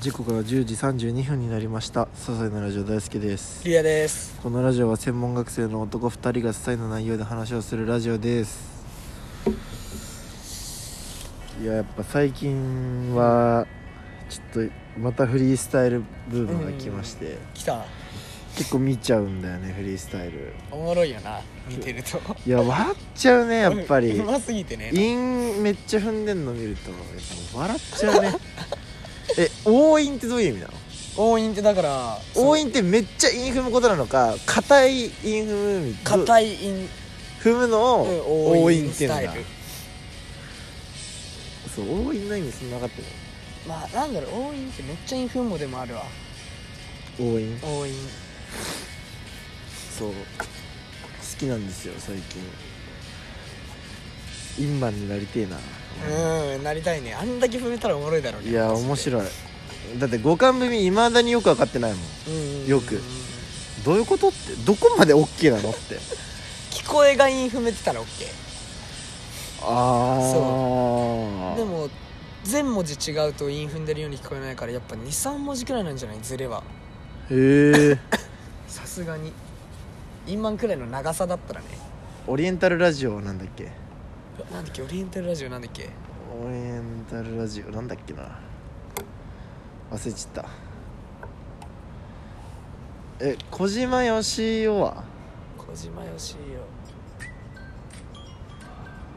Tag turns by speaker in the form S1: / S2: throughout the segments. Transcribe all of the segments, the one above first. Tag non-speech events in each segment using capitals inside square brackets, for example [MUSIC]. S1: 時刻は10時32分になりました些細なラジオ大輔です
S2: リアです
S1: このラジオは専門学生の男2人が些細な内容で話をするラジオですいややっぱ最近はちょっとまたフリースタイルブームが来まして
S2: 来た
S1: 結構見ちゃうんだよねフリースタイル
S2: おもろいよな見てると
S1: いや笑っちゃうねやっぱ
S2: [LAUGHS]
S1: り
S2: うますぎてね
S1: 韻めっちゃ踏んでんの見るとやっぱ笑っちゃうねえ応印ってどういう意味なの
S2: 応印ってだから
S1: 応
S2: 印
S1: 印ってめっちゃ韻踏むことなのか硬い韻踏むみ
S2: 硬い印
S1: 踏むの
S2: うん
S1: を応印っていうんだ
S2: スタイル
S1: そう応印の意味そんな分かって
S2: まあなんだろう応印ってめっちゃインフモでもあるわ
S1: る応印
S2: 応印
S1: そう好きなんですよ最近インマンになりてえな、
S2: うんなりたいねあんだけ踏めたらおもろいだろうね
S1: いや
S2: マジで
S1: 面白いだって五感組いまだによく分かってないもん
S2: うん
S1: よくどういうことってどこまで OK なのっ
S2: [LAUGHS]
S1: て
S2: 聞こえがイン踏めてたら OK
S1: ああ
S2: でも全文字違うとイン踏んでるように聞こえないからやっぱ23文字くらいなんじゃないズレは
S1: へ
S2: [LAUGHS]
S1: え
S2: さすがにインマンくらいの長さだったらね
S1: オリエンタルラジオなんだっけ
S2: なんだっけオリエンタルラジオなんだっけ
S1: オリエンタルラジオなんだっけな忘れちったえ小島よしおは
S2: 小島よし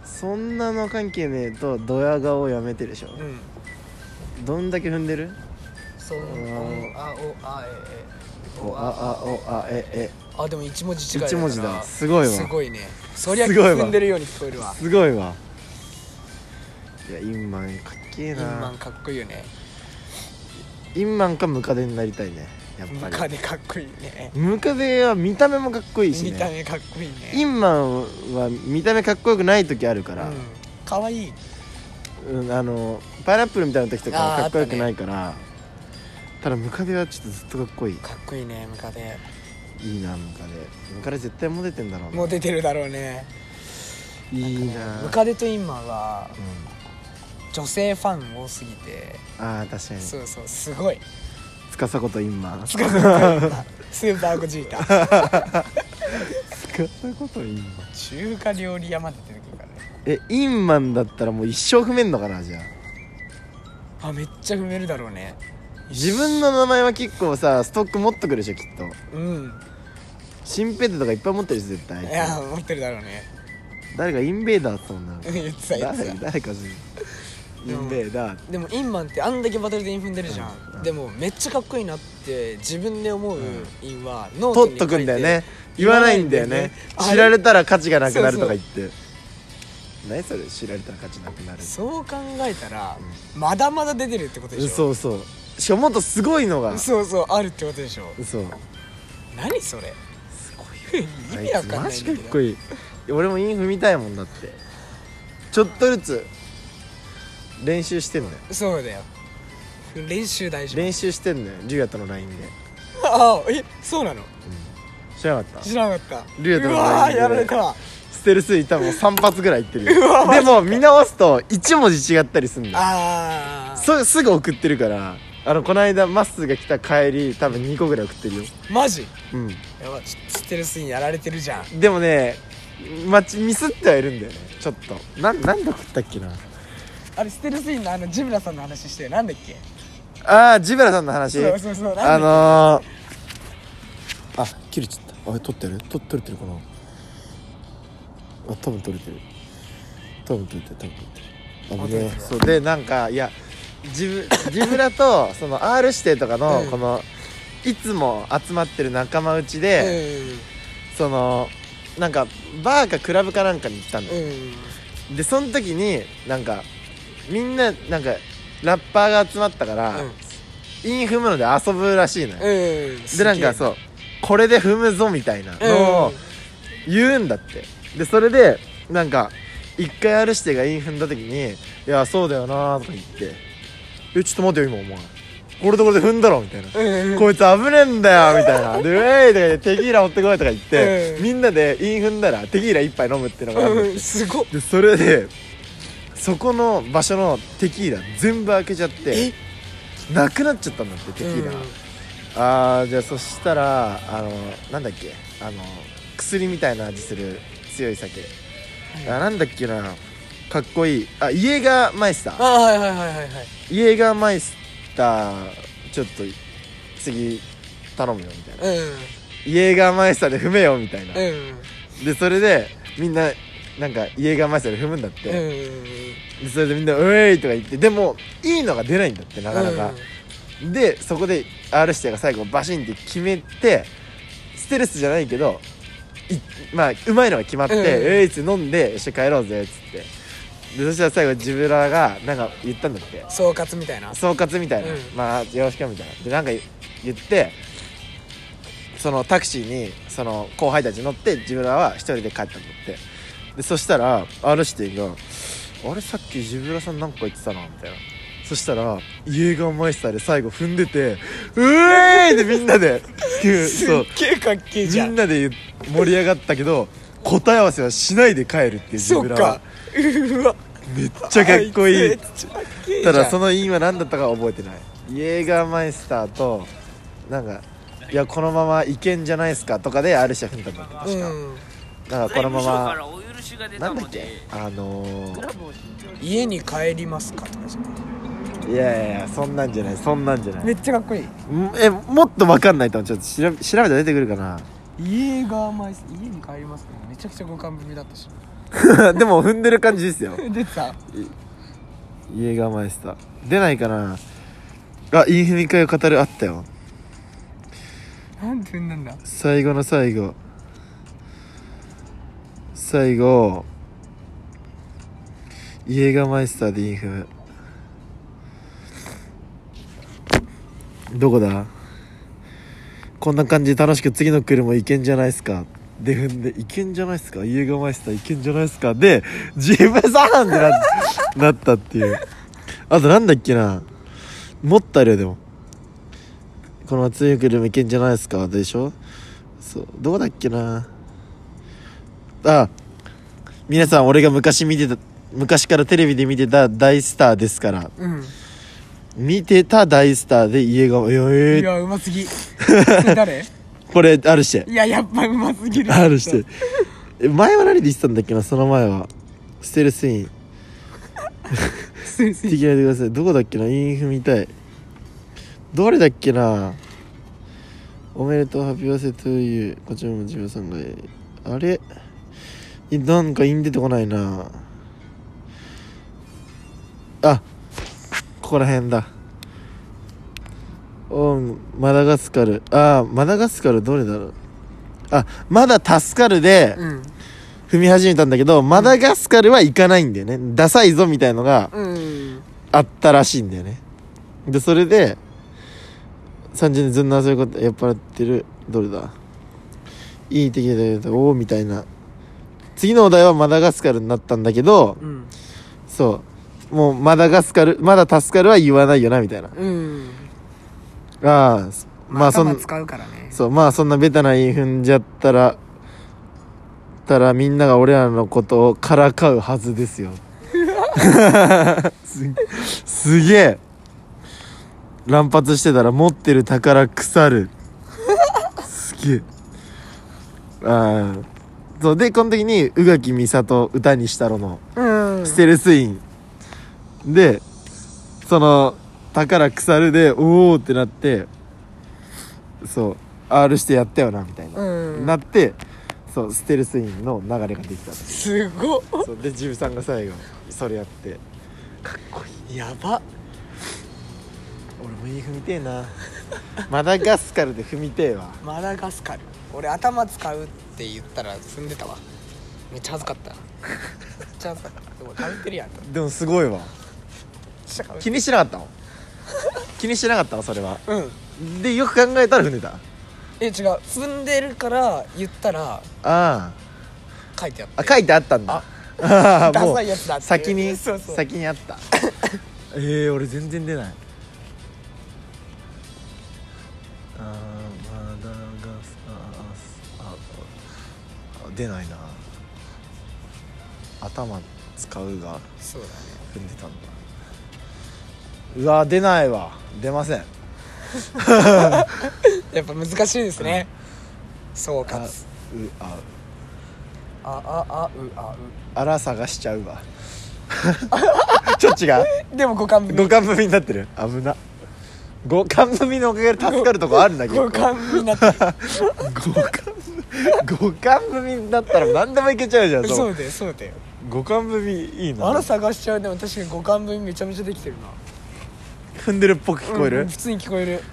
S2: お
S1: そんなの関係ねえとドヤ顔やめてるでしょ
S2: うん
S1: どんだけ踏んでる
S2: そう
S1: ー
S2: おあおあええ
S1: おああおあえ
S2: ああでも一文字違い
S1: 一文字だ
S2: から
S1: すごいわ
S2: すごいねそりゃ
S1: すごいわ
S2: 踏んでるように聞こえる
S1: え
S2: わ
S1: すごいわいやインマンかっけ
S2: イ
S1: え
S2: ンマ
S1: な
S2: ンかっこいいよね
S1: インマンかムカデになりたいねやっ
S2: ム
S1: ぱ
S2: カ
S1: り
S2: デかっこいいね
S1: ムカデは見た目もかっこいいしね
S2: 見た目かっこいいね
S1: インマンは見た目かっこよくない時あるから、
S2: うんかわいい
S1: うんあのパイナップルみたいな時とかは
S2: あー
S1: かっこよくないからた,、だムカデはちょっとずっとかっこいい
S2: かっこいいねムカデ
S1: いいなムカデムカデ絶対モテてんだろうな
S2: もう出てるだろうね
S1: いいな
S2: ムカデとインマンは
S1: うん
S2: 女性ファン多すぎて
S1: ああ確かに
S2: そうそうすごい
S1: 司ことインマン司
S2: スーパーゴジー
S1: [LAUGHS]
S2: タ
S1: ことインマン
S2: 中華料理屋まで出てくるからね
S1: えインマンだったらもう一生踏めんのかなじゃあ
S2: あめっちゃ踏めるだろうね
S1: 自分の名前は結構さストック持っとくでしょきっと
S2: うん
S1: シンペテとかいっぱい持ってるし絶対
S2: いや持ってるだろうね [LAUGHS]
S1: 誰かインベーダーって言ったもんな
S2: 言ってた言って
S1: 誰
S2: た
S1: 誰かずインベーダー
S2: でもインマンってあんだけバトルでイン踏んでるじゃん、
S1: うんうん
S2: でもめっちゃかっこいいなって自分で思うインはノー
S1: 取
S2: トに
S1: っと
S2: 書いて
S1: くんだよね言わないんだよね
S2: 言わないんだよね
S1: 知られたら価値がなくなるとか言って何それ知られたら価値なくなる
S2: そう考えたら、まだまだ出てるってことでしょ
S1: そうそうしかももっとすごいのが
S2: そうそうあるってことでしょ
S1: そう
S2: 何それ
S1: す
S2: 意味わかん
S1: マ
S2: ない
S1: ジ
S2: ん
S1: か
S2: だ
S1: っ
S2: けど
S1: こいい俺もインフみたいもんだってちょっとずつ練習してんのよ
S2: そうだよ練習大丈夫
S1: 練習してんのよリュウヤとの LINE で、
S2: ああえそうなの
S1: 知らなかった
S2: 知らなかった
S1: リュウ
S2: う
S1: ヤとの
S2: わ
S1: LINE
S2: ー
S1: で
S2: やられたわ
S1: ステルスイ多分3発ぐらいいってるよ
S2: うわマ
S1: で
S2: ジ
S1: も見直すと1文字違ったりすんのよ
S2: ああ
S1: そすぐ送ってるからあのこの間まっすーが来た帰り多分2個ぐらい送ってるよ
S2: マジ
S1: う
S2: やばちょっとステルスインやられてるじゃん
S1: んでもねまちミスってはいるんだよねちょっとなんなんで送ったっけな
S2: あれステルスインのあのジブラさんの話してなんだっけ
S1: ああジブラさんの話
S2: そうそうそう
S1: あ
S2: なんだっ
S1: のー、あ切れちゃったあれ撮ってる撮撮れてるかなあ多分撮れてる多分撮れてる多分撮れてるあぶね
S2: あ
S1: え
S2: 撮
S1: そうでなんかいやジブジブラとその R 指定とかの
S2: うん
S1: この、いつも集まってる仲間内
S2: け
S1: で、そのなんかバーかクラブかなんかに行ったんだ
S2: う
S1: よ、
S2: んうん
S1: でその時になんかみんななんかラッパーが集まったから、イン踏むので遊ぶらしいのよ、
S2: うんうん
S1: でなんかそううこれで踏むぞみたいなのを言うんだって、でそれでなんか一回あるしてがイン踏んだ時に「いやそうだよな」とか言って「えちょっと待てよ今お前これとこれで踏んだろ」みたいな
S2: うんうんうん
S1: こいつ危ねえんだよみたいな「でウェイ!」とか言って「テキーラ持ってこい」とか言って、
S2: うん
S1: みんなでイン踏んだらテキーラ一杯飲むっていうのがあるんだって
S2: うんすごっ
S1: でそれでそこの場所のテキーラ全部開けちゃって
S2: え
S1: なくなっちゃったんだってテキーラ、
S2: うん
S1: あーじゃあそしたらあのなんだっけあの薬みたいな味する強い酒、あなんだっけなかっこいいあイエーガーマイスタ
S2: あ
S1: ー
S2: はいはいはいはいはい
S1: イエーガーマイスターちょっと次頼むよみたいな
S2: う
S1: イエーガーマイスターで踏めよみたいな、
S2: んうん
S1: でそれでみんななんかイエーガーマイスターで踏むんだって、
S2: う
S1: でそれでみんな「うえい!」とか言ってでもいいのが出ないんだってなんかなか、でそこで R 指定が最後バシンって決めてステルスじゃないけどいまあうまいのが決まって「
S2: うん
S1: えい!」っつって飲んで「一緒に帰ろうぜ」っつってでそしたら最後ジブラがなんか言ったんだって
S2: 総括みたいな
S1: 総括みたいな、
S2: うん
S1: まあよろしくみたいなでなんか言ってそのタクシーにその後輩たち乗って自分らは一人で帰ったんだってでそしたら R 指定が「あれさっきジブラさんなんか言ってたな」みたいなそしたらイエーガーマイスターで最後踏んでて「うえーい!」でみんなでいう
S2: すっ
S1: そう
S2: げえかっけえじゃ
S1: み
S2: ん
S1: んなで盛り上がったけど答え合わせはしないで帰るっていうジ
S2: そ
S1: ブ
S2: っ
S1: ラは
S2: かうわ
S1: めっちゃかっこいい
S2: あつめっちゃかっけえじゃ
S1: た
S2: ん
S1: だその因は何だったか覚えてないイエーガーマイスターとなんかいやこのままいけんじゃないですかとかであるシャフンだったんだ確か、
S2: うん
S1: だからこのま
S3: 財務省から
S1: ま
S3: お許しが出
S1: な
S3: た
S1: んだっ
S3: の
S1: け
S3: で
S1: あの
S3: クラ
S1: ー、
S3: ブを新調に
S2: 家に帰りますかとかじゃない
S1: いやいやいやそんなんじゃないそんなんじゃない
S2: っちゃかっこいい
S1: んえもっと分かんないと思うちょっと調べ調べたら出てくるか
S2: 家がマイス家に帰りますかめちゃくちゃ五感ぶりだったし [LAUGHS]
S1: な [LAUGHS] でも踏んでる感じですよ
S2: 出てた
S1: イエーガーマイスター出ないかなあインフミ会を語るあったよ
S2: なんでなんだ
S1: 最後の最後最後イエーガーマイスターでインフムどこだこんな感じで楽しく次の車行けんじゃないっすかで踏んで行けんじゃないっすかイエーガーマイスター行けんじゃないっすかでジブさんってななったっていうあとなんだっけなもっとあるよでもこの強い車いけんじゃないですかでしょそうどこだっけなあ皆さん俺が昔見てた昔からテレビで見てた大スターですから
S2: うん
S1: 見てた大スターで家がええ
S2: いやうます
S1: [LAUGHS]
S2: ぎそれ誰
S1: これあるして
S2: いややっぱうますぎる
S1: あるしてえ前は何で言ってたんだっけなその前はステルスイン
S2: 先生
S1: 聞きないでくださいどこだっけなインフみたいどれだっけなおめでとうハッピーバースデートゥーユーこちらも自分さんがあれいなんかイン出てこないなあここら辺だおんマダガスカルあーマダガスカルどれだろうあまだ助かるで
S2: うん
S1: 踏み始めたんだけど、マダガスカルは行かないんだよねダサいぞみたいのが
S2: うん
S1: あったらしいんだよねでそれで3時にずんな遊びこと酔っ払ってるどれだいい敵だよおおみたいな次のお題はマダガスカルになったんだけど
S2: うん
S1: そうもうマダガスカルまだ助かるは言わないよなみたいな
S2: うん
S1: ああまあそん
S2: 頭使うからね
S1: そうまあそんなベタな言い踏んじゃったらたらみんなが俺らのことをからかうはずですよすすげえ乱発してたら持ってる宝腐るすげえああそうでこの時に宇垣美里歌にしたろの
S2: うん
S1: ステルスインでその宝腐るでおおってなってそう R してやったよなみたいな、
S2: うん
S1: なってそうステルスインの流れが
S2: [LAUGHS]
S1: できた
S2: すごっ
S1: そうでジブさんが最後それやってかっこいいやば俺もいい踏みてえな [LAUGHS] マダガスカルで踏みてえわ
S2: マダガスカル俺頭使うって言ったら踏んでたわめっちゃ恥ずかっためっちゃ恥ずかったでもかぶって
S1: [LAUGHS]
S2: るやんめっ
S1: でもすごいわ
S2: ちゃかぶって
S1: 気
S2: る
S1: にしなかった
S2: [LAUGHS]
S1: の気にしなかったのそれは
S2: うん
S1: でよく考えたら踏んでたあ
S2: え違う踏んでるから言ったら
S1: あ
S2: 書いてあった
S1: あ書いてあったんだあ [LAUGHS]
S2: ダ
S1: もう
S2: サいやつだって
S1: 先に
S2: そうそう
S1: 先にあった [LAUGHS] えー、俺全然出ないあーマダガスああああ出ないな頭使うが
S2: そうだね
S1: 踏んでたんだうわ出ないわ出ません
S2: やっぱ難しいですね総
S1: あう
S2: 括
S1: あ
S2: あああうあ
S1: あら探しちゃうわ [LAUGHS] ちょっと違う
S2: うでも五感
S1: 五感無味になってる危な五感無味のおかげで助かるとこあるんだけど
S2: 五感に
S1: [LAUGHS]
S2: なって
S1: 五感五感無味だったら何でもいけちゃうじゃん
S2: そ
S1: そう
S2: うだよそうだよ
S1: 五感無味いいな
S2: あら探しちゃうでも確かに五感分めちゃめちゃできてるな
S1: 踏んでるっぽく聞こえる、
S2: うん普通に聞こえる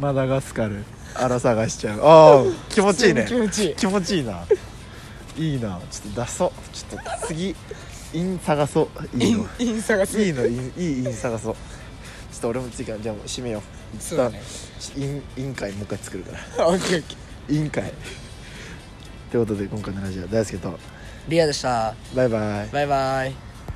S1: マダガスカルあら探しちゃうああ気持ちいいね
S2: 普通に気
S1: [LAUGHS]
S2: 持ちいい
S1: 気持ちいいないいなちょっと出そうちょっと次イン探そういい
S2: イ
S1: の
S2: ンイン探す
S1: いいのいいいいイン探そうちょっと俺も次からじゃあもう締めよう
S2: そうだね
S1: 一旦イン委員会もう一回作るから
S2: オッケーオッケー
S1: 委員会ということで今回のラジオ大好きと
S2: リアでした
S1: バイバイ
S2: バイバイ